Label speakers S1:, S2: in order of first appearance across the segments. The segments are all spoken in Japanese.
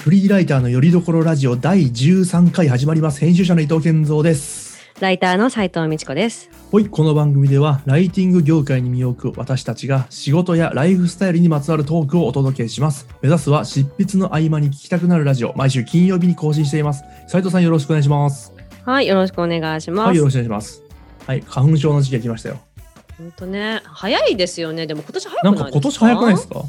S1: フリーライターのよりどころラジオ第13回始まります。編集者の伊藤健三です。
S2: ライターの斉藤美智子です。
S1: ほい、この番組ではライティング業界に身を置く私たちが仕事やライフスタイルにまつわるトークをお届けします。目指すは執筆の合間に聞きたくなるラジオ、毎週金曜日に更新しています。斉藤さんよろしくお願いします。
S2: はい、よろしくお願いしま
S1: はい、
S2: す。
S1: よろしくお願いします。はい、花粉症の時期が来ましたよ。
S2: 本当ね、早いですよね。でも今年早く
S1: な
S2: な
S1: ん
S2: いですか。
S1: か今年早くないですか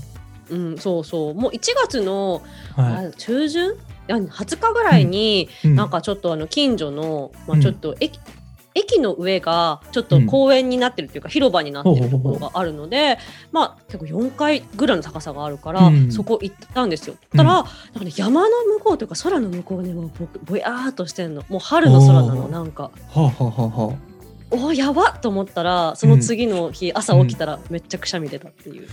S2: うん、そうそう。もう1月の、
S1: は
S2: あ中旬、あ20日ぐらいに、
S1: い。
S2: なんかちょっとあの近所の、ま
S1: う
S2: あ
S1: ん
S2: ちょっと駅、駅の上がちょっと公園になってるっていうか、広場になってるところがあるので、まあ結構4階ぐらいの高さがあるから、
S1: うん
S2: そこ行ったんですよ。たら、なんかね、山の向こうというか空の向こうにもうぼぼやーっとしてんの。もう春の空な
S1: お
S2: の
S1: ー
S2: なんか。
S1: うん。はあ、はあはあはあ、
S2: おーやばっと思ったらその次の日、朝起きたらめっちゃくしゃみ出たっていう、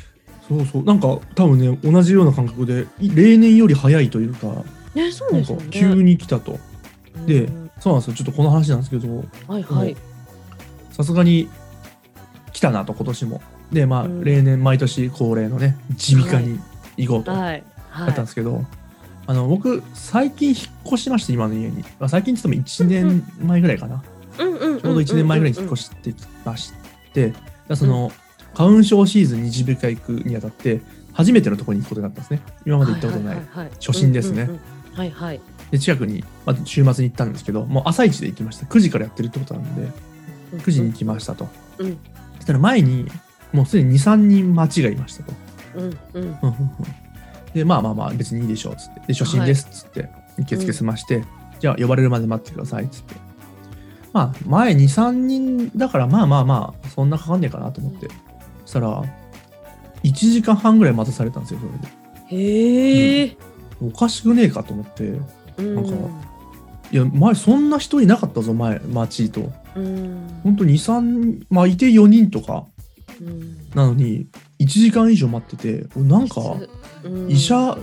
S1: そうそう。なんか多分ね、同じような感覚で、い例年より早いというか、
S2: ねそう
S1: なん
S2: です
S1: か
S2: よね
S1: 急に来たと。で
S2: うん
S1: そうなんですよ。ちょっとこの話なんですけど、
S2: はいはい、
S1: さすがに来たなと今年も。で、まあ、
S2: うん
S1: 例年毎年恒例のね、耳鼻科に行こうとだ
S2: はいは
S1: ったん
S2: い
S1: ですけど、あの、僕、最近引っ越しまして、今の家に。まあ最近って言っても1年前ぐらいかな。
S2: うんうん
S1: ちょうど1年前ぐらいに引っ越
S2: し
S1: してきまして、だからその、花粉症シーズンに耳鼻科行くにあたって、初めてのところに行くことになったんですね。今まで行ったことない。初心ですね
S2: はいはい
S1: で、近くに、まあ、週末に行ったんですけど、もう朝一で行きました。9時からやってるってことなんで、9時に行きましたと。
S2: うんうん
S1: そしたら前に、もうすでに2、3人待ちがいましたと。
S2: うんうん
S1: うんうんうんで、まあまあまあ、別にいいでしょう、つって。で、初心です、つって。受付済まして、じゃあ呼ばれるまで待ってください、つって。まあ、前2、3人だから、まあまあまあ、そんなかかんねえかなと思って。そしたら、1時間半ぐらい待たされたんですよ、それで。
S2: へえ、
S1: おかしくねえかと思って。
S2: うん、
S1: なんかいや、前、そんな人いなかったぞ、前、待ちと。
S2: うん
S1: ほんと2、3、まあ、いて4人とか
S2: うん
S1: なのに、1時間以上待ってて、俺なんか、
S2: うん
S1: 医者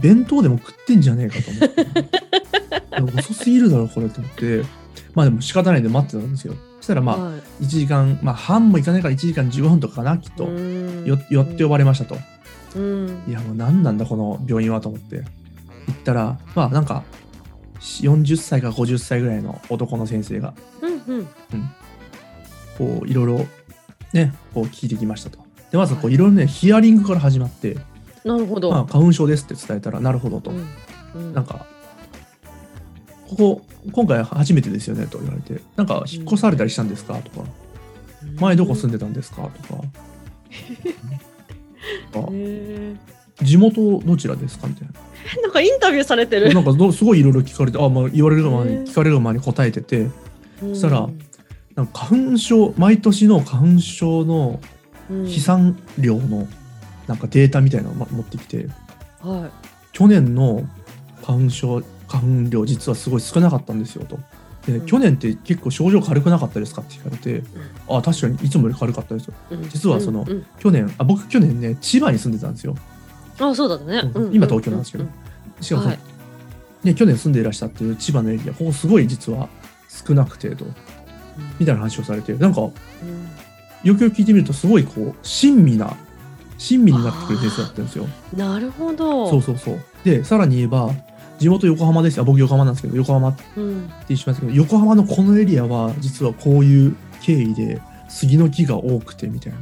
S1: 弁当でも食ってんじゃねえかと思ってい や遅すぎるだろこれと思ってまあでも仕方ないんで待ってたんですよそしたらまあ
S2: はい
S1: 1時間まあ半もいかないから1時間15分とかかなきっと
S2: うん
S1: よ寄って呼ばれましたと
S2: うん
S1: いやもう何なんだこの病院はと思って行ったらまあなんか40歳か50歳ぐらいの男の先生が
S2: うんうん
S1: こういろいろねこう聞いてきましたとでまずこ
S2: は
S1: う
S2: い
S1: いろいろねヒアリングから始まって
S2: なるほど、
S1: まあ花粉症ですって伝えたらなるほどと
S2: うんうん
S1: なんか、ここ、今回初めてですよねと言われて、なんか引っ越されたりしたんですかとか、前どこ住んでたんですかとか、なんか
S2: へ
S1: 地元どちらですかみたいな。
S2: えなんかインタビューされてる
S1: なんかどすごいいろいろ聞かれて、あ、まあ、言われる前
S2: へー
S1: に、聞かれる前に答えてて、
S2: そ
S1: したらなんか花粉症、毎年の花粉症の飛散量のなんかデータみたいなのをま持ってきて、
S2: は
S1: 去年の花粉症花粉量実はすごい少なかったんですよと。で、
S2: うん
S1: 去年って結構症状軽くなかったですかって聞かれて、あ確かにいつもより軽かったですよ
S2: い、
S1: 実はその
S2: うんうん
S1: 去年あ僕去年ね千葉に住んでたんですよ
S2: あそうだったね、
S1: うん今東京なんですけど
S2: う
S1: しかも、
S2: はい
S1: ね、去年住んでいらしたっていう千葉のエリアここすごい実は少なくてとみたいな話をされてなんかよ
S2: うん
S1: くよく聞いてみるとすごいこう親身な親身になってくる先生だったんですよ
S2: なるほど
S1: そうそうそうでさらに言えば地元横浜ですあ僕横浜なんですけど横浜って
S2: うん
S1: 言いますけど横浜のこのエリアは実はこういう経緯で杉の木が多くてみたいな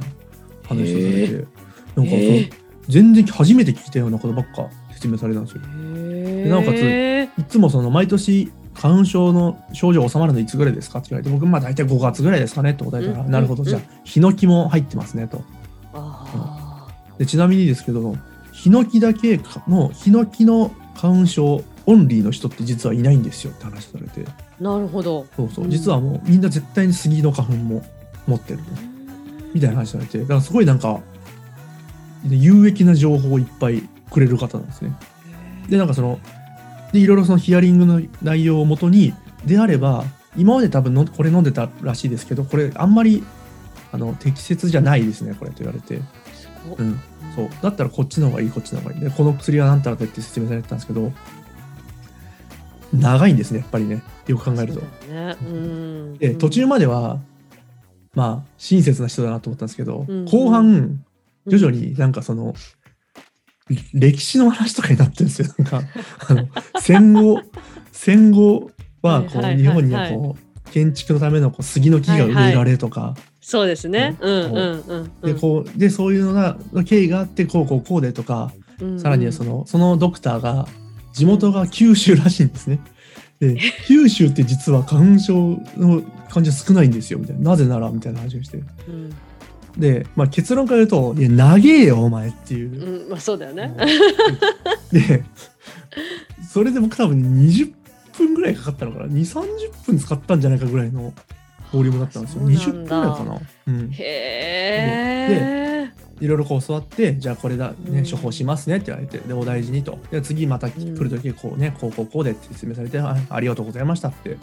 S1: 話をされて
S2: へー
S1: なんかその
S2: へー
S1: 全然初めて聞いたようなことばっか説明されたんですよ。
S2: へ
S1: で
S2: え
S1: なおかついつもその毎年花粉症の症状収まるのいつぐらいですかって言われて僕まあ大体5月ぐらいですかねって答えたら、
S2: うん
S1: なるほど
S2: うん
S1: じゃあヒノキも入ってますねと。
S2: あ
S1: でちなみにですけどヒノキだけのヒノキの花粉症オンリーの人って実はいないんですよって話されて
S2: ーなるほど
S1: そうそううん実はもうみんな絶対に杉の花粉も持ってるとみたいな話されてだからすごいなんか有益な情報をいっぱいくれる方なんですね。でなんかそのでいろいろそのヒアリングの内容をもとにであれば今まで多分のこれ飲んでたらしいですけどこれあんまりあの適切じゃないですねこれと言われて、
S2: すごっ
S1: うん、そうだったらこっちの方がいいこっちの方がいいでこの薬は何たらだって説明されてたんですけど長いんですねやっぱりねよく考えると
S2: そ。うだよねうん
S1: で途中まではまあ親切な人だなと思ったんですけど、
S2: うん
S1: 後半
S2: うん
S1: 徐々になんかその歴史の話とかになってるんですよ。なんか、あの、戦 後、戦後は、こう、
S2: はいはいはいはい
S1: 日本にはこう、建築のためのこう杉の木が植えられとか、
S2: そうですね。
S1: う
S2: うんんうんうんう
S1: で、
S2: ん。
S1: こう、で、そういうのが、経緯があって、こう、こう、こうでとか、
S2: うんうん
S1: さらにはその、そのドクターが、地元が九州らしいんですね。で、九州って実は花粉症の患者少ないんですよ、みたいな。なぜなら、みたいな話をして。
S2: うん
S1: で、まあ結論から言うと、いや、長えよ、お前っていう。
S2: うん、まあそうだよね。
S1: で、それで僕多分20分ぐらいかかったのかな。2、30分使ったんじゃないかぐらいのボリュームだったんですよ。
S2: そ
S1: 20
S2: うなん
S1: 分ぐ
S2: だ
S1: らいかな。うん。
S2: へえ。
S1: いろいろこう教わって、じゃあこれだ、
S2: う
S1: ね、
S2: ん
S1: 処方しますねって言われて、で、お大事にと。で、次また来るとき、こうね、こうこうこうでって説明されて、あありがとうございましたって、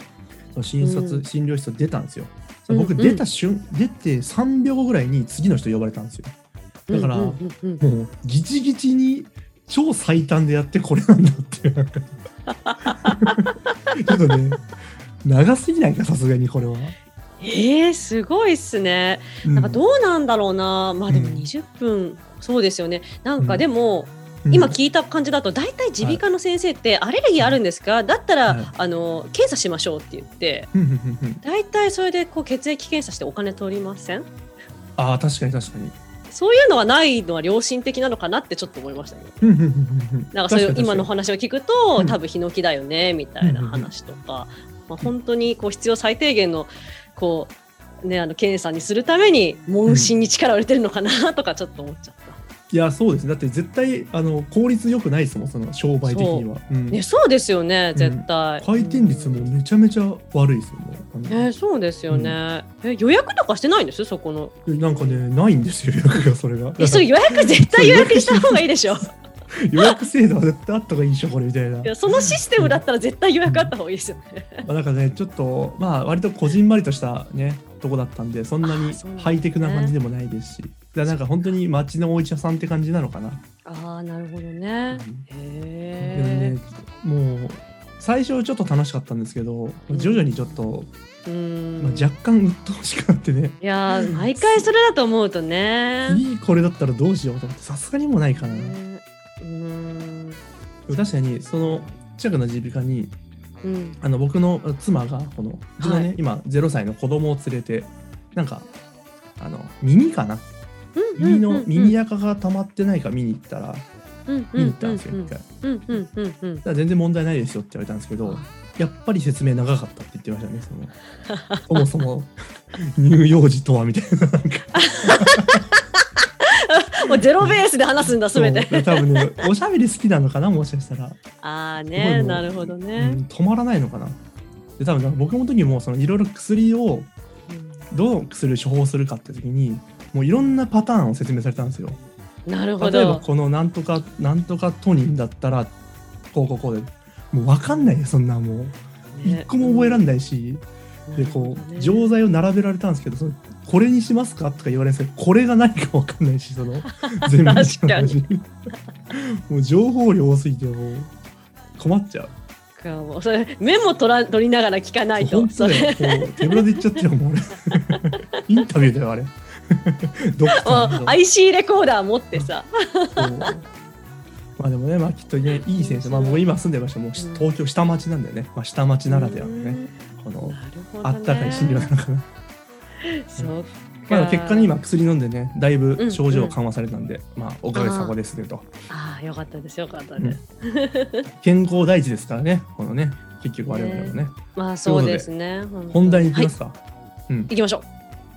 S1: その診察、
S2: うん
S1: 診療室を出たんですよ。
S2: うん
S1: 僕
S2: うん
S1: 出た瞬、出て3秒後ぐらいに次の人呼ばれたんですよ。だから
S2: うんうんうんうん
S1: もうギチギチに超最短でやってこれなん だっていうなんかちょっとね長すぎないかさすがにこれは、
S2: へえ、すごいっすね。
S1: うん
S2: なんかどうなんだろうな。まあでも
S1: うん
S2: 20分、そうですよね。なん
S1: う
S2: か
S1: ん
S2: でも、
S1: うん
S2: 今聞いた感じだと大体耳鼻科の先生ってアレルギーあるんですか、だったら、
S1: はい
S2: あの検査しましょうって言って
S1: うんうんうんうん
S2: 大体それでこう血液検査してお金取りません
S1: ああ確かに確かに
S2: そういうのはないのは良心的なのかなってちょっと思いましたね。
S1: うんうんうんうんうん
S2: なんかそういう
S1: 確に
S2: 今の
S1: 確
S2: 話を聞くと、
S1: うん
S2: 多分ヒノキだよねみたいな話とか、まあ、本当にこう必要最低限のこう、ね、あの検査にするために問診に力を入れてるのかなとかちょっと思っちゃった。
S1: かにいやそうですねだって絶対あの効率良くないですもんその商売的には、うん
S2: ね、そうですよね
S1: ん
S2: 絶対、
S1: 回転率もめちゃめちゃ悪いですよねあの
S2: えーそうですよね、え予約とかしてないんですそこの
S1: なんかねないんですよ予約がそれが
S2: えそう予約絶対予約した方がいいでしょ
S1: 予約制度は絶対あった方がいいでしょこれみた いない
S2: やそのシステムだったら絶対予約あった方がいいですよね
S1: まあ、なんかねちょっとまあ割とこじんまりとしたねとこだったんでそんな
S2: あ
S1: に
S2: ーそうなんですね
S1: ハイテクな感じでもないですしだからなんか本当に街のお医者さんって感じなのかな、
S2: ああなるほどね
S1: でも
S2: へ
S1: ねもう最初ちょっと楽しかったんですけど
S2: うん
S1: 徐々にちょっと、
S2: えうん、
S1: まあ、若干鬱陶しくなってね
S2: いやー毎回それだと思うとね
S1: 次これだったらどうしようと思ってさすがにもうないかな、で
S2: ねうん
S1: も確かにその近くの耳鼻科に
S2: うん
S1: あの僕の妻がこのうちのね、今0歳の子供を連れてなんかあの耳かな耳の耳垢が溜まってないか見に行ったら見に行ったんですよ一回だか
S2: うんうんうんうん
S1: ら全然問題ないですよって言われたんですけどやっぱり説明長かったって言ってましたねそ のそもそも乳幼児とはみたいななんか
S2: もうゼロベースで話すんだすべて
S1: そう多分ねおしゃべり好きなのかなもしかしたら、
S2: ああ
S1: すごい
S2: ね
S1: もう
S2: なるほど
S1: う
S2: ね
S1: ん止まらないのかなで多分なんか僕の時もそのいろいろ薬をどう薬を処方するかって時にもういろんなパターンを説明されたんですよ
S2: なるほ
S1: 例えば
S2: ど
S1: このなんとかなんとかトニンだったらこうこうこうでもう分かんないよそんなもう一個も覚えら
S2: ん
S1: んないし、でこう錠剤を並べられたんですけどそのこれにしますかとか言われるんですけどこれが何か分かんないし その全部知らないし もう情報量多すぎてもう困っちゃう
S2: かもうそれメモ取ら取りながら聞かないと
S1: 本
S2: そ
S1: 当だ
S2: れ
S1: よこう手ぶらで言っちゃってるも ん俺インタビューだよあれ ドクタ
S2: もう
S1: ーの
S2: IC レコーダー持ってさ
S1: そうまあでもね、まあ、きっとねいい先生、まあ、僕今住んでましたもうし
S2: うん
S1: 東京下町なんだよね、まあ、下町ならではのねこの
S2: なるほどね
S1: あったかい診療なのかな、
S2: そう
S1: まあ、でも結果に今薬飲んでねだい
S2: うんう
S1: ぶ
S2: ん
S1: 症状緩和されたんで、まあおかげさまですねと
S2: ああよかったですよかったです
S1: 健康第一ですからねこのね結局我々はね
S2: まあそうですね。
S1: 本題に行き
S2: はい
S1: ますか、うん
S2: 行きましょ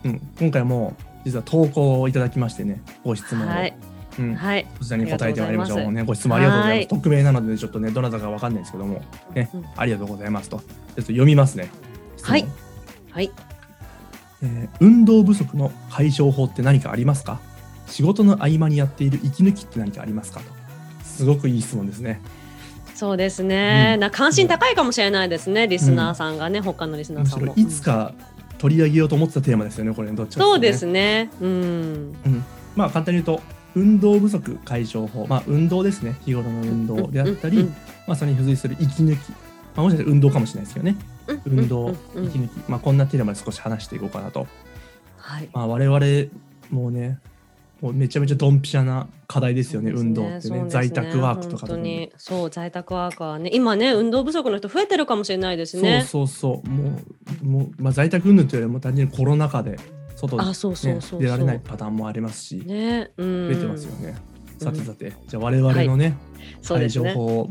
S1: うん、今回も実は投稿をいただきましてねご質
S2: う。
S1: 問を、
S2: はい。
S1: うん、
S2: はい。
S1: そちらに答えてまいりましょ
S2: ありがとうござ
S1: う
S2: います
S1: ねご質問ありがとうございます
S2: はい
S1: 匿名なのでちょっとねどなたかわかんないですけどもね
S2: うん
S1: ありがとうございますと。ちょっと読みますね。質問
S2: はいはい。
S1: えー運動不足の解消法って何かありますか仕事の合間にやっている息抜きって何かありますかと。すごくいい質問ですね。
S2: そうですね。
S1: うん
S2: な関心高いかもしれないですね。リスナーさんがね、他のリスナー
S1: む
S2: さ
S1: し
S2: ん
S1: ろ
S2: も。
S1: いつか取り上げようと思ってたテーマですよね、これ、どっちか
S2: そう
S1: とい
S2: で
S1: と
S2: すね。うん。
S1: うん、まあ簡単に言うと、運動不足解消法、まあ運動ですね、日頃の運動であったり、
S2: うん
S1: まあそれに付随する息抜き、まあ、もしかしたら運動かもしれないですけどね、
S2: うんうん
S1: 運動、
S2: うんうん
S1: 息抜き、まあこんなテーマで少し話していこうかなと
S2: はい。
S1: まあ、我々もねもうめちゃめちゃドンピシャな課題ですよね、運動って
S2: そう
S1: ね
S2: です
S1: 在宅ワークとか
S2: 本当
S1: 特
S2: にそう在宅ワーカーね今ね運動不足の人増えてるかもしれないですね
S1: そうそうそうもうもう、まあ、在宅運動というよりも単純にコロナ禍で外に、ね
S2: あそうそうそうそう
S1: 出られないパターンもありますし、
S2: ねうん
S1: 増えてますよね。さてさて、じゃあ我々のね、
S2: そうです
S1: 情
S2: ね
S1: 報を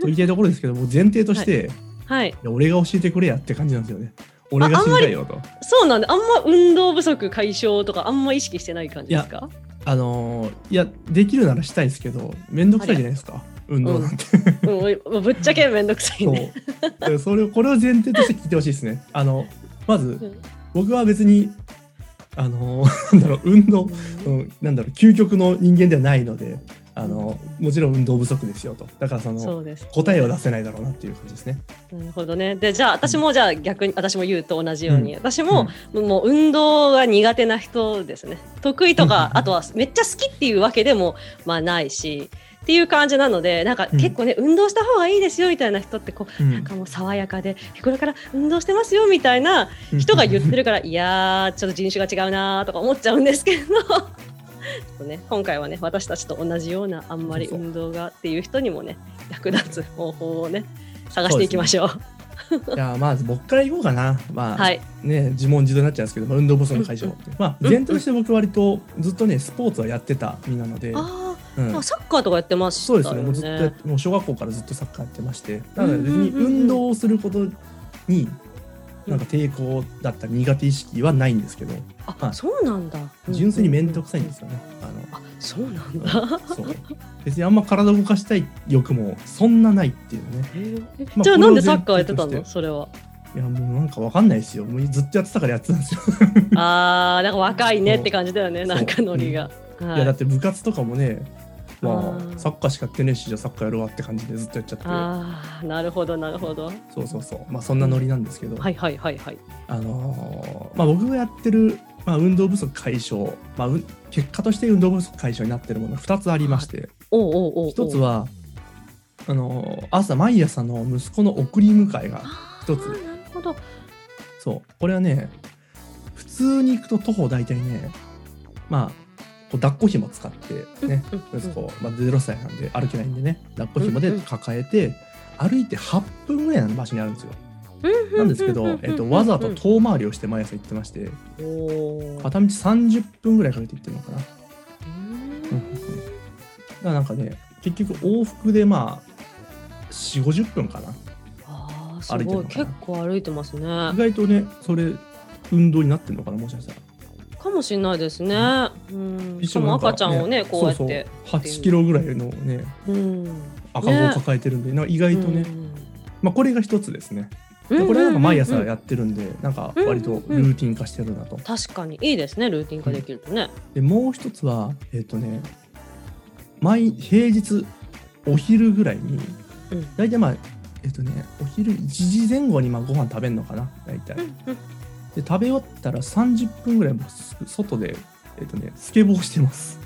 S1: と言いたいところですけども前提として、
S2: はい
S1: いや俺が教えてくれやって感じなんですよね。俺が知りたいよと。
S2: そうなんであんま運動不足解消とかあんま意識してない感じですか
S1: あのーいやできるならしたいですけど面倒くさいじゃないですか運動なんて。
S2: うんぶっちゃけめんどくさい
S1: そう
S2: ね
S1: だからそれをこれを前提として聞いてほしいですね。あのま
S2: う
S1: ず
S2: ん
S1: 僕は別にあのーなんだろう運動、うん、なんだろう究極の人間ではないのであのもちろん運動不足ですよとだからそ
S2: そ
S1: の
S2: うです
S1: 答えは出せないだろうなっていう感じですね。
S2: なるほどねでじゃあ私もじゃあ逆に私も言うと同じように、
S1: う
S2: 私も、もう運動が苦手な人ですね得意とか、
S1: うん
S2: あとはめっちゃ好きっていうわけでもまあないしっていう感じなのでなんか
S1: うん
S2: 結構ね、運動した方がいいですよみたいな人ってこう
S1: うん
S2: なんかもう爽やかで日頃から運動してますよみたいな人が言っ てるから、いやーちょっと人種が違うなーとか思っちゃうんですけどちょっとね今回はね私たちと同じようなあんまり
S1: そうそう
S2: 運動がっていう人にもね役立つ方法をね探していきましょう。
S1: じゃあまず僕から言おうかな。まあ、
S2: はい、
S1: ね自問自答になっちゃうんですけど、まあ、運動不足の解消って。まあ前提として僕割とずっとねスポーツはやってた身なので、
S2: あ
S1: う
S2: ー、
S1: ん
S2: あ、サッカーとかやってました
S1: そう
S2: よ
S1: ですねもうずっとやっ
S2: ね。
S1: もう小学校からずっとサッカーやってましてなので別に
S2: うんうんうんうん
S1: 運動をすることになんか抵抗だったり苦手意識はないんですけどは
S2: あ、
S1: い
S2: そうなんだ。。
S1: 純粋に面倒くさいんですすよね。あの
S2: あ、そうなん だ。
S1: そう別にあんま体を動かしたい欲もそんなないっていうねまあ
S2: じゃあなんでサッカーやってた
S1: これを前提
S2: の
S1: とし
S2: それは。
S1: いやもうなんかわかんないですよもうずっとやってたからやってたんですよ、
S2: あー、なんか若いねって感じだよね、
S1: そう、
S2: なんかノリが。はい
S1: やだって部活とかもねま
S2: あー
S1: あサッカーしかやってねえしじゃあサッカーやるわって感じでずっとやっちゃっ
S2: あー、なるほど、なるほど。
S1: てそうそうそうまあそんなノリなんですけど、
S2: はいはいはいはい。
S1: あのーまあ僕がやってる、まあ、運動不足解消、まあ、うん結果として運動不足解消になってるものが2つありまして
S2: おうおうおうおう。
S1: 1つはあのー朝毎朝の息子の送り迎えが
S2: あー、
S1: 一つ
S2: なるほど。
S1: そうこれはね普通に行くと徒歩大体ねまあこう抱っこ紐使ってね
S2: うんうん
S1: 息子、まあ、0歳なんで歩けないんでね抱っこ紐で
S2: うんうん
S1: 抱えて歩いて8分ぐらいの場所にあるんですよ
S2: うん
S1: なんですけど、えっと、わざと
S2: うん
S1: 遠回りをして毎朝行ってまして
S2: おー
S1: 片道30分ぐらいかけて行ってるのかな、
S2: う
S1: うん
S2: ん
S1: うんうんだからなんかね結局往復でまあ4 5 0分かな
S2: あー、す
S1: 歩いてる
S2: ご
S1: の
S2: い。
S1: かな
S2: 結構歩いてますね。
S1: 意外とねそれ運動になってるのかなもしかしたら
S2: かもしれないですね。うん。し
S1: 一
S2: か
S1: 緒に
S2: も
S1: なんか
S2: 赤ちゃんをね、こうやって。
S1: そうそう8キロぐらいのね
S2: うん。
S1: 赤子を抱えてるんで、なんか意外とね、まあ、これが一つですね
S2: う
S1: で
S2: ん。
S1: これはなんか毎朝
S2: うんうんうん
S1: やってるんで、なんか割とルーティン化してるなと
S2: 確かにいいですね、ルーティン化できるとね。
S1: でもう一つはえっ、とね毎平日お昼ぐらいに
S2: うん。
S1: 大体まあえっ、とねお昼1時前後にまあご飯食べるのかな大体で食べ終わったら30分ぐらいもうす外でえっ、とねスケボーしてます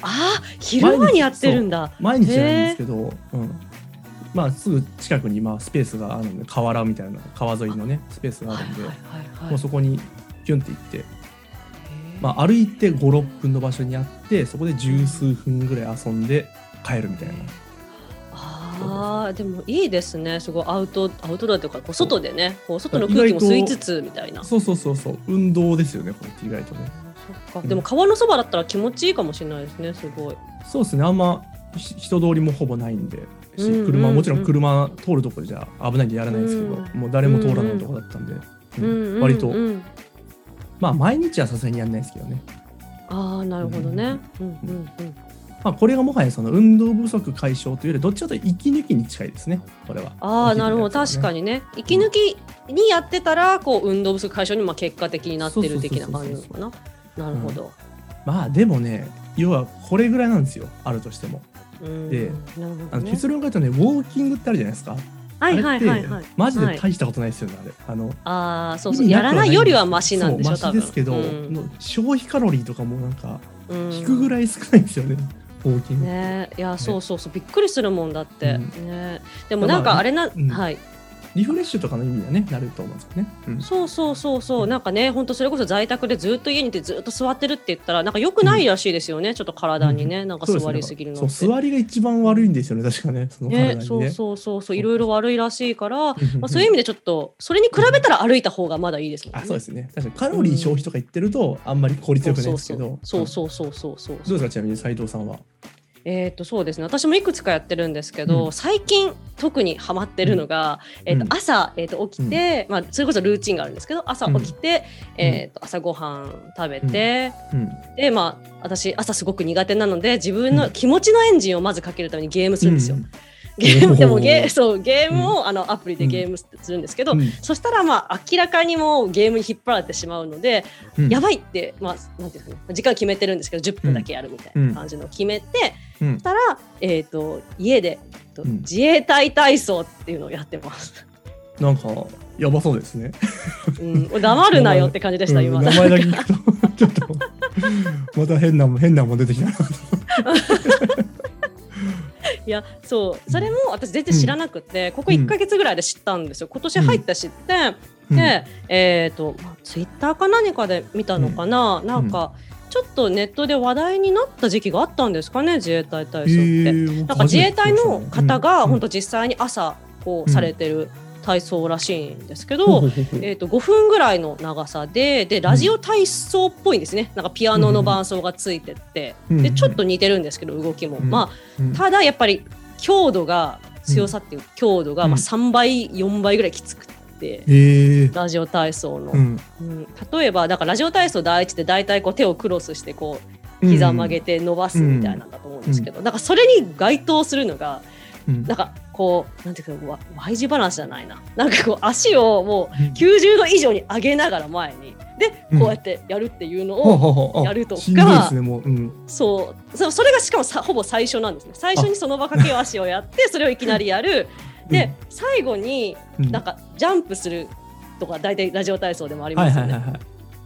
S2: ああ、昼間にやってるんだ。
S1: 毎日じゃないんですけど、うん、まあすぐ近くにまあスペースがあるので河原みたいな川沿いのねスペースがあ
S2: はい
S1: るんで、
S2: はいはい
S1: もう
S2: はい。
S1: そこにキュンって行って、
S2: あ、
S1: まあ、歩いて56分の場所にあってそこで十数分ぐらい遊んで帰るみたいな
S2: ああ、でもいいですね、すごいアウト、アウトドアというか、こう外でね、こう外の空気も吸いつつみたいな。そ
S1: そうそうそうそう運動ですよねこれって意外とね
S2: っか、でも川のそばだったら気持ちいいかもしれないですね、すごい。
S1: そうですねあんまひ人通りもほぼないんでし
S2: うんうんうん
S1: 車もちろん車通るとこじゃ危ないんでやらないですけど、
S2: うん
S1: もう誰も通らないとこだったんで、
S2: うん
S1: うん
S2: うんうん
S1: 割とまあ毎日はさすがにやんないですけどね
S2: ああ、なるほどね。うんうんうん。
S1: まあ、これがもはやその運動不足解消というよりどっちかというと息抜きに近いですねこれは。
S2: ああなるほど確か
S1: に
S2: にね息抜きにやってたらこう運動不足解消にまあ結果的になってる的な感じなのかななるほど、
S1: まあでもね要はこれぐらいなんですよあるとしても。
S2: うん、
S1: で
S2: なるほ
S1: あ
S2: ど、
S1: の
S2: ね、
S1: 結論から言うとねウォーキングってあるじゃないですか。
S2: はいはいはい
S1: あ
S2: は
S1: れ
S2: い
S1: ってマジ
S2: は
S1: で
S2: い
S1: 大したことないですよね、あれ。あの
S2: ああそうそう
S1: 意味
S2: や
S1: くは
S2: らないよりはマシなんでしょ
S1: そう
S2: 多
S1: マシ
S2: 分
S1: ですけど、
S2: うん
S1: の消費カロリーとかもなんか
S2: うん
S1: 引くぐらい少ないですよね、ウォーキング。
S2: ねいやそうそうそうびっくりするもんだって、
S1: うん
S2: ねでもなんかあれな、
S1: うん
S2: はい
S1: リフレッシュとかの意味にはねなると思うんですよね。うん
S2: そうそうそうそうなんかね本当それこそ在宅でずっと家にいてずっと座ってるって言ったらなんか良くないらしいですよね、ちょっと体にねなんか座りすぎるの
S1: そう
S2: っ
S1: です
S2: て
S1: ね。そう座りが一番悪いんですよね確かねその体にね。
S2: ね、そうそうそうそういろいろ悪いらしいから、ま
S1: うん
S2: あ、そういう意味でちょっとそれに比べたら歩いた方がまだいいですもんね。
S1: あそうですね確かにカロリー消費とか言ってるとあんまり効率よくないですけど
S2: そう
S1: う
S2: そうそうそうそうそう
S1: どうですかちなみに斉藤さんは
S2: えっ、とそうですね。私もいくつかやってるんですけど、
S1: うん
S2: 最近特にハマってるのが、えっ、と、
S1: うん
S2: 朝えっ、と起きて、まあそれこそルーチンがあるんですけど、朝起きて、
S1: うん
S2: えっ、と朝ごはん食べて、
S1: うん
S2: でまあ私朝すごく苦手なので自分の気持ちのエンジンをまずかけるためにゲームするんですよ。ゲー
S1: お
S2: ム
S1: ー
S2: でもゲーそうゲームを、あのアプリでゲームするんですけど、
S1: うん
S2: そしたらまあ明らかにもうゲームに引っ張られてしまうので、
S1: うん
S2: やばいって、まあ、なんていうんですかね、時間決めてるんですけど10分だけやるみたいな感じの決めて、
S1: うん
S2: そしたら、えー、と家で、えっと
S1: うん
S2: 自衛隊体操っていうのをやってます。
S1: なんかやばそうですね。
S2: うん、黙るなよって感じでした、
S1: うん
S2: 今。
S1: 名前だけ聞くとちょっとまた変なもん変なもん出てきたな。
S2: いやそうそれも私全然知らなくて、ここ1か月ぐらいで知ったんですよ今年入って知って、で、えっ、と、まあ、ツイッターか何かで見たのかな、なんか、ちょっとネットで話題になった時期があったんですかね、自衛隊体操って。なんか自衛隊の方が、本当実際に朝、こう、
S1: うん
S2: されてる体操らしいんですけど、
S1: と
S2: えー、と5分ぐらいの長さででラジオ体操っぽいんですねなんかピアノの伴奏がついてって、
S1: うん
S2: でちょっと似てるんですけど動きも、
S1: うん
S2: まあただやっぱり強度が強さっていう強度が、
S1: うん
S2: まあ、3倍4倍ぐらいきつくって、
S1: ええ
S2: ラジオ体操の、
S1: うん
S2: うん例えばだからラジオ体操第一って大体こう手をクロスしてこう膝曲げて伸ばすみたいなんだと思うんですけど、なんかそれに該当するのが
S1: うん
S2: なんかこうなんていうかわ Y 字バランスじゃないななんかこう足をも
S1: うん
S2: う90度以上に上げながら前にで
S1: うん
S2: こうやってやるっていうの
S1: ほう
S2: を、
S1: ほうほうあ
S2: やるとか
S1: しんどいですねもううん
S2: そうそそれがしかもさほぼ最初なんですね最初にその場かけ足をやってそれをいきなりやるで最後に
S1: うん
S2: なんかジャンプするとか大体ラジオ体操でもあり
S1: は
S2: ま
S1: い
S2: すよ
S1: は
S2: ね。
S1: いはいはい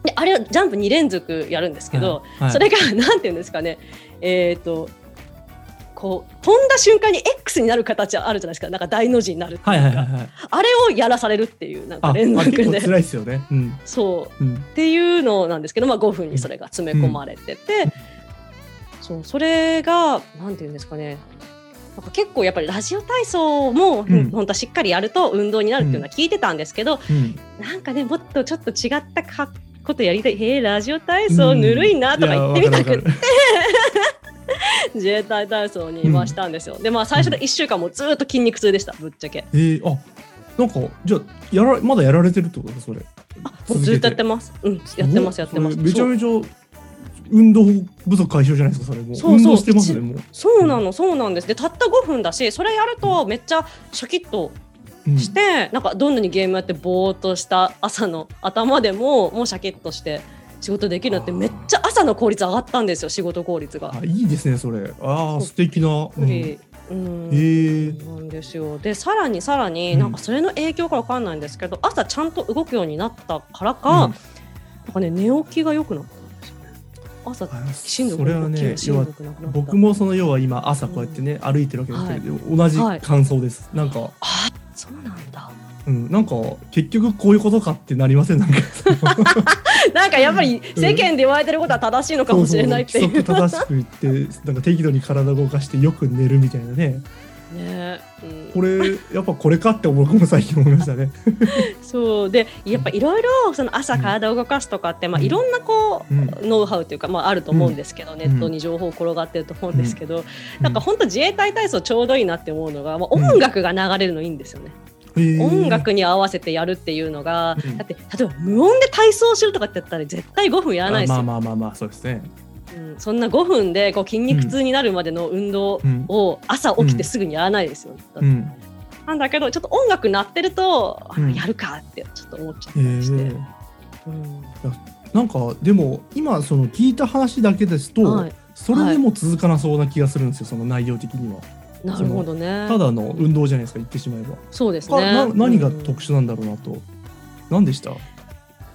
S2: であれをジャンプ2連続やるんですけど、
S1: はい
S2: それが なんていうんですかねえっ、とこう飛んだ瞬間に X になる形あるじゃないですかなんか大の字になるっていうか、
S1: はいはいはいはい
S2: あれをやらされるっていうなんか
S1: あ
S2: 連
S1: まあ
S2: 続
S1: 結構
S2: で
S1: 辛いですよねうん
S2: そう
S1: うん
S2: っていうのなんですけど、まあ、5分にそれが詰め込まれてて、そうそれがなんていうんですかねなんか結構やっぱりラジオ体操も、
S1: ん
S2: 本当はしっかりやると運動になるっていうのは聞いてたんですけど、
S1: うん
S2: なんかねもっとちょっと違ったかことやりたい「へえラジオ体操ぬるいな」とか言ってみたくて、
S1: て
S2: 自衛隊体操に回したんですよ、でまあ最初の1週間もずっと筋肉痛でしたぶっちゃけ
S1: えー、あなんかじゃあやらまだやられてるってことそれ
S2: あもうずっとやってますうんやってますやってます
S1: それめちゃ
S2: そう
S1: めちゃ運動不足解消じゃないですかそれも
S2: そうそう
S1: 運動してますねもう、
S2: そうなのそうなんですでたった5分だしそれやるとめっちゃシャキッと
S1: うん
S2: して、なんかどんなにゲームやってぼーっとした朝の頭でももうシャキッとして仕事できるのってめっちゃ朝の効率上がったんですよ仕事効率が。
S1: あいいですねそれあ
S2: そ
S1: あ
S2: う
S1: 素敵な、うん、え
S2: びっくりうん
S1: ー、
S2: なんですよでさらにさらに、
S1: うん
S2: なんかそれの影響かわかんないんですけど朝ちゃんと動くようになったからか、
S1: うん
S2: なんかね寝起きが良くなったんですよね朝
S1: あ
S2: しんど
S1: そ
S2: く
S1: れは
S2: 起き
S1: ね
S2: るし
S1: 要
S2: ん
S1: は
S2: どくなくなった
S1: 僕もその要は今朝こうやってね、歩いてるわけですけど、同じ
S2: はい
S1: 感想です、なんか、
S2: あそうなんだ
S1: うん、なんか結局こういうことかってなりませんなんか
S2: なんかやっぱり世間で言われてることは正しいの かもしれないってい
S1: そううそう規則正しく言ってなんか適度に体動かしてよく寝るみたいなね
S2: ね、うん
S1: これやっぱこれかって僕も最近思いましたね。
S2: そうでやっぱいろいろその朝体を動かすとかって、まあ、
S1: うん
S2: いろんなこう、
S1: うん
S2: ノウハウというか、まあ、あると思うんですけど、ネットに情報転がってると思うんですけど、なんか本当自衛隊体操ちょうどいいなって思うのが、まあ、
S1: うん
S2: 音楽が流れるのいいんですよね、
S1: へー
S2: 音楽に合わせてやるっていうのが、
S1: うん
S2: だって例えば無音で体操するとかってやったら絶対5分やらないですよ、
S1: まあまあまあまあそうですね。
S2: うん、そんな5分でこう筋肉痛になるまでの運動
S1: うん
S2: を朝起きてすぐにやらないですよ、
S1: うん
S2: なんだけどちょっと音楽鳴ってると、あ
S1: うん
S2: やるかってちょっと思っちゃっ
S1: え
S2: たりして。
S1: ー、
S2: うん
S1: なんかでも今その聞いた話だけですと、
S2: はい
S1: それでも続かなそうな気がするんですよその内容的には。
S2: なるほどね。
S1: ただの運動じゃないですか言ってしまえば。
S2: そうです
S1: か
S2: ね。
S1: な何が
S2: うん
S1: 特殊なんだろうなと。何でした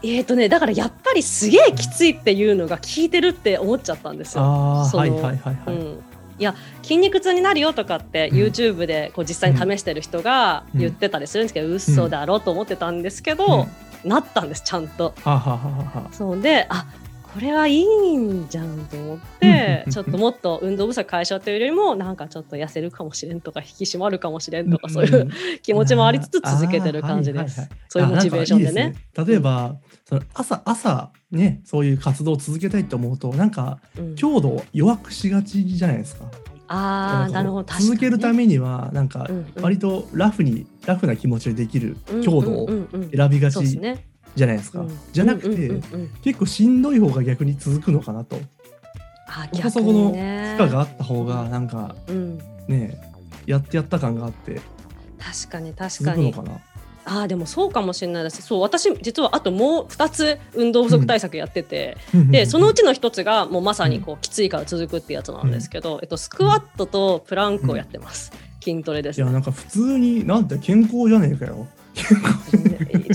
S2: えっ、とねだからやっぱりすげえきついっていうのが効いてるって思っちゃったんですよ。
S1: ああ
S2: その
S1: はいはいはいは
S2: う
S1: い。
S2: ん、いや筋肉痛になるよとかって
S1: うん
S2: YouTube でこう実際に試してる人が
S1: うん
S2: 言ってたりするんですけど、嘘だろと思ってたんですけど、なったんですちゃんと。
S1: はあはあはあはあ
S2: そうであこれはいいんじゃんと 思って
S1: うん
S2: ちょっともっと運動不足解消というよりもなんかちょっと痩せるかもしれんとか引き締まるかもしれんとかそういうん気持ちもありつつ続けてる感じで
S1: あ
S2: す
S1: ーはいはいはい。
S2: そういうモチベーションで
S1: あなん
S2: ね。
S1: かいいですね例えば、その朝朝ねそういう活動を続けたいと思うとなんか
S2: うん
S1: 強度を弱くしがちじゃないですか。
S2: ああなるほど確かに
S1: 続けるた
S2: ね
S1: めにはなんか
S2: うんうん
S1: 割とラフにラフな気持ちでできる強度を
S2: うんうんうんうん
S1: 選びが
S2: そうです
S1: ち
S2: ね
S1: じゃないです
S2: う
S1: か
S2: ん。
S1: じゃなく
S2: うんう
S1: て
S2: んうんうん
S1: 結構しんどい方が逆に続くのかなと。
S2: あ
S1: そこそ
S2: 逆
S1: こ
S2: に
S1: の負
S2: ね
S1: 荷があった方がなんか
S2: うん
S1: ねやってやった感があって
S2: 確かに確
S1: 続
S2: か
S1: くの
S2: に
S1: かな。
S2: ああでもそうかもしれないですそう私実はあともう2つ運動不足対策やってて、でそのうちの一つがもうまさにこうきついから続くってやつなんですけど、えっと、スクワットとプランクをやってます、筋トレで
S1: い
S2: す、
S1: や
S2: ね、
S1: なんか普通になんて健康じゃねえかよ。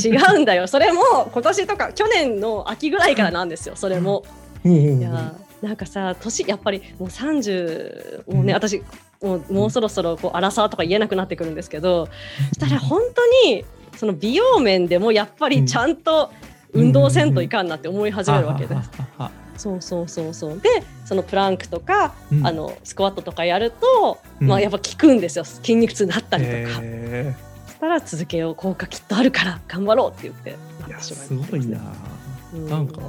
S2: 違うんだよそれも今年とか去年の秋ぐらいからなんですよそれも、
S1: おうおうおう
S2: いやーなんかさ年やっぱりもう30もうね、
S1: うん
S2: 私もうもうそろそろこう荒沢とか言えなくなってくるんですけどそしたら本当にその美容面でもやっぱりちゃんと運動せんといかんなって思い始めるわけです。
S1: ああああ
S2: そうそうそうそうでそのプランクとか、
S1: うん
S2: あのスクワットとかやると、
S1: うん
S2: まあやっぱ効くんですよ筋肉痛になったりとか、
S1: へ
S2: そしたら続けよう効果きっとあるから頑張ろうって言って
S1: えい
S2: なっ
S1: や
S2: てしまいます
S1: ごいな。
S2: うん
S1: なんか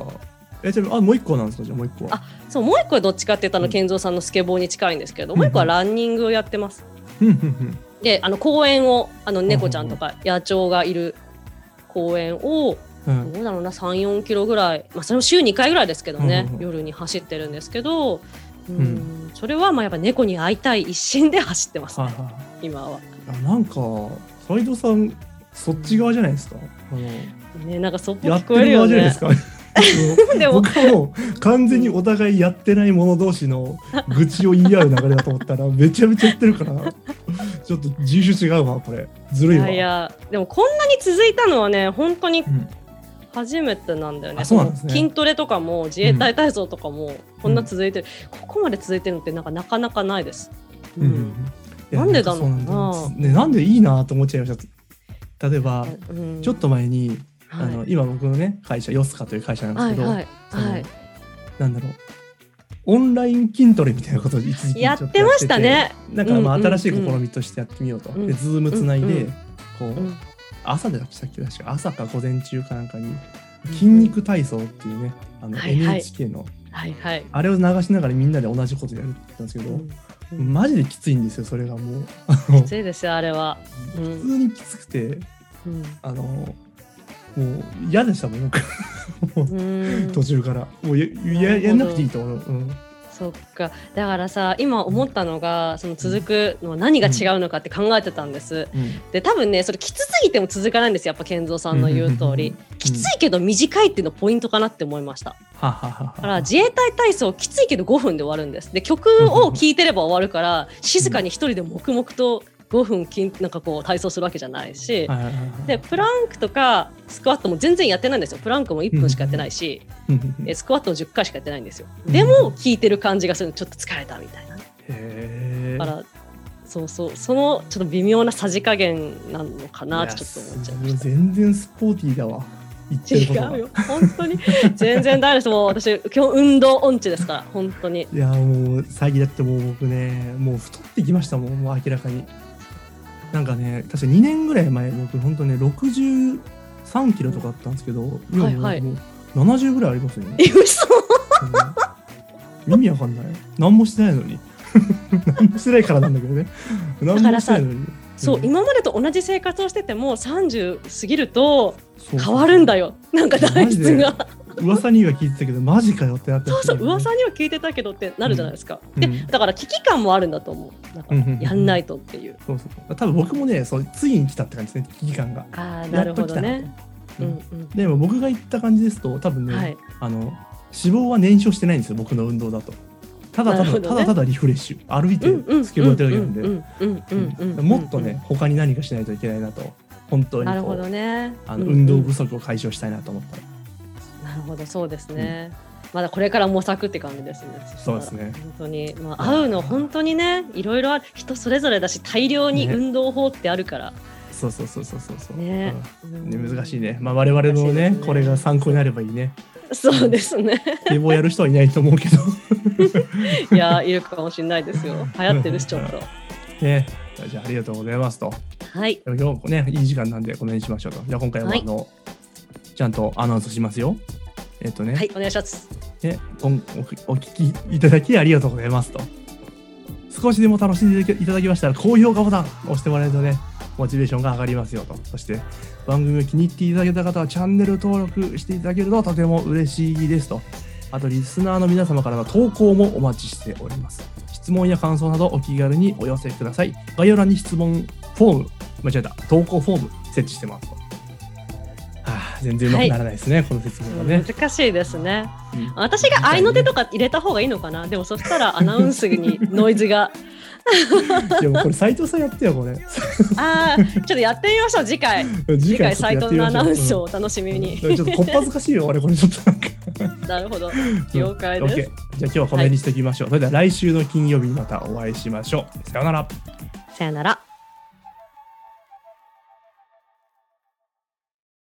S1: えじゃああもう一個なんですかじゃあもう一個は。
S2: あそうもう一個はどっちかって言った
S1: う
S2: の
S1: ん
S2: 健三さんのスケボーに近いんですけど、
S1: うん
S2: もう一個はランニングをやってます
S1: うんうんうん
S2: であの公園をあの猫ちゃんとか野鳥がいる公園を
S1: うん
S2: どうだろうな34キロぐらい、まあ、それも週2回ぐらいですけどね、
S1: うんうんうん
S2: 夜に走ってるんですけど、うん
S1: う
S2: それはまあやっぱ猫に会いたい一心で走ってます、
S1: はいは
S2: 今は。
S1: いあなんか斎藤さんそっち側じゃないですか。あの
S2: ねなんかそっぽ
S1: や
S2: 聞
S1: って
S2: こえる
S1: る
S2: よ
S1: 側じゃない
S2: ね
S1: です。か。あの
S2: でも
S1: 僕はもう完全にお互いやってない者同士の愚痴を言い合う流れだと思ったらめちゃめちゃ言ってるからちょっと人種違うわこれず
S2: い
S1: るいわ。
S2: やいやでもこんなに続いたのはね本当に
S1: うん
S2: 初めてなんだよね
S1: あそうなんですね
S2: その筋トレとかも自衛隊体操とかもこんな続いてる、ここまで続いてるのってなんかなかなかないです。うん
S1: いや
S2: なんでだろうな
S1: かそうなんだよね、なんでいいなと思っちゃいました例えば
S2: うん
S1: ちょっと前に、
S2: はい
S1: あの今僕のね会社ヨスカという会社なんです
S2: はい
S1: けど、
S2: はい
S1: その
S2: はい
S1: なんだろうオンライン筋トレみたいなことを一時期ちょ
S2: や
S1: っと
S2: ってましたね。
S1: なんかまあ
S2: うんうんう
S1: 新
S2: ん
S1: しい試みとしてやってみようと、
S2: うん
S1: でズームつないで、
S2: うんうん
S1: こう、
S2: うん
S1: 朝でしたっけ確か朝か午前中かなんかに
S2: うん
S1: 筋肉体操っていうねあの
S2: はいはい
S1: NHK の、
S2: はいはい。
S1: あれを流しながらみんなで同じことやるって言ったんですけど、
S2: うんうん
S1: マジできついんですよそれがもうあの
S2: きついですよあれは。う
S1: 普
S2: ん
S1: 通にきつくて
S2: うん
S1: あのもう嫌でしたもん僕
S2: うん
S1: 途中からもうやややんなくていいと思う、うん、
S2: そっかだからさ今思ったのがその続くのは何が違うのかって考えてたんです、で多分ねそれきつすぎても続かないんですよやっぱ健三さんの言う
S1: う
S2: 通り、
S1: んうんうんうん
S2: きついけど短いっていうのポイントかなって思いました
S1: ははは
S2: だから自衛隊体操きついけど5分で終わるんですで曲を聴いてれば終わるから静かに一人で黙々と5分きんなんかこう体操するわけじゃないし、
S1: はいはいはいはい
S2: でプランクとかスクワットも全然やってないんですよプランクも1分しかやってないし、
S1: うんうんうん
S2: え
S1: へ
S2: スクワットも10回しかやってないんですよ
S1: うん
S2: でも聞いてる感じがするのちょっと疲れたみたいなだ
S1: え
S2: からそうそうそのちょっと微妙なさじ加減なのかなってちょっと思っちゃいました
S1: 全然スポーティーだわ言ってることが
S2: 違う よ本当に全然大丈夫ですもう私今日運動音痴ですから本当に
S1: いやもう最近だってもう僕ねもう太ってきましたもんもう明らかになんかね確か2年ぐらい前僕本当ね63キロとかあったんですけど、今もう
S2: はいはい
S1: もう70ぐらいありますよね
S2: え嘘
S1: うん意味わかんない何もしてないのに 何もしてないからなんだけどね何もしてないのに
S2: そう
S1: うん
S2: 今までと同じ生活をしてても30過ぎると
S1: そう
S2: 変わるんだよなんか体質が
S1: 噂には聞いてたけどマジかよってなって
S2: そうそう噂には聞いてたけどってなるじゃないですか、
S1: うん
S2: で
S1: うん
S2: だから危機感もあるんだと思うなんか
S1: うんうんうん
S2: やんないとっていう、
S1: そうそう多分僕もねそうついに来たって感じですね危機感が
S2: ああなるほ
S1: や
S2: ど
S1: っと来
S2: ね
S1: た
S2: う
S1: なと
S2: ん
S1: うん
S2: うん
S1: でも僕が言った感じですと多分ね、
S2: はい
S1: あの脂肪は燃焼してないんですよ僕の運動だとただた
S2: な
S1: だ、
S2: るほど
S1: た
S2: ね
S1: だただリフレッシュ歩いて
S2: うんうん
S1: スケボーやってるだけなんで、
S2: うんうんうんうんうん
S1: もっとね他に何かしないといけないなと本当にこう
S2: なるほどね
S1: あの
S2: うん
S1: 運動不足を解消したいなと思ったら、
S2: なるほどそうですね、まだこれから模索って感じですね。
S1: そうですね
S2: 本当に、まあ、会うの本当にね、いろいろある、人それぞれだし、大量に
S1: ね
S2: 運動法ってあるから。
S1: そうそうそうそうそうそう、
S2: ね
S1: うんね難しいねまあ我々のね
S2: 難しいですね
S1: これが参考になればいい ね
S2: そうですね。
S1: でもやる人はいないと思うけど
S2: いや、いるかもしれないですよ。流行ってるし、ちょっと。
S1: ねじゃあありがとうございますと
S2: はい。
S1: でも今日ねいい時間なんでこの辺にしましょうとじゃあ今回は
S2: はい
S1: あの、ちゃんとアナウンスしますよえっとね、
S2: はい、お願いします。
S1: ねこんおお聞きいただきありがとうございますと少しでも楽しんでいただきましたら高評価ボタン押してもらえるとねモチベーションが上がりますよとそして番組を気に入っていただけた方はチャンネル登録していただけるととても嬉しいですとあとリスナーの皆様からの投稿もお待ちしております質問や感想などお気軽にお寄せください概要欄に質問フォーム間違えた投稿フォーム設置してますとはあ全然うまくならないですね、この説明がね、
S2: 難しいですね。
S1: うん
S2: 私が合いの手とか入れた方がいいのかな。でも、そしたらアナウンスにノイズが。
S1: でもこれ斉藤さんやってよこれ。
S2: ああ、ちょっとやってみましょう。次回。 次回、サイトのアナウンスをお楽しみに。
S1: ちょっとこっぱずかしいよ俺これちょっとなん か。
S2: なるほど。了解です。
S1: OK じゃあ今日はこの辺にしておきましょう。それでは来週の金曜日にまたお会いしましょう。さようなら。
S2: さよなら。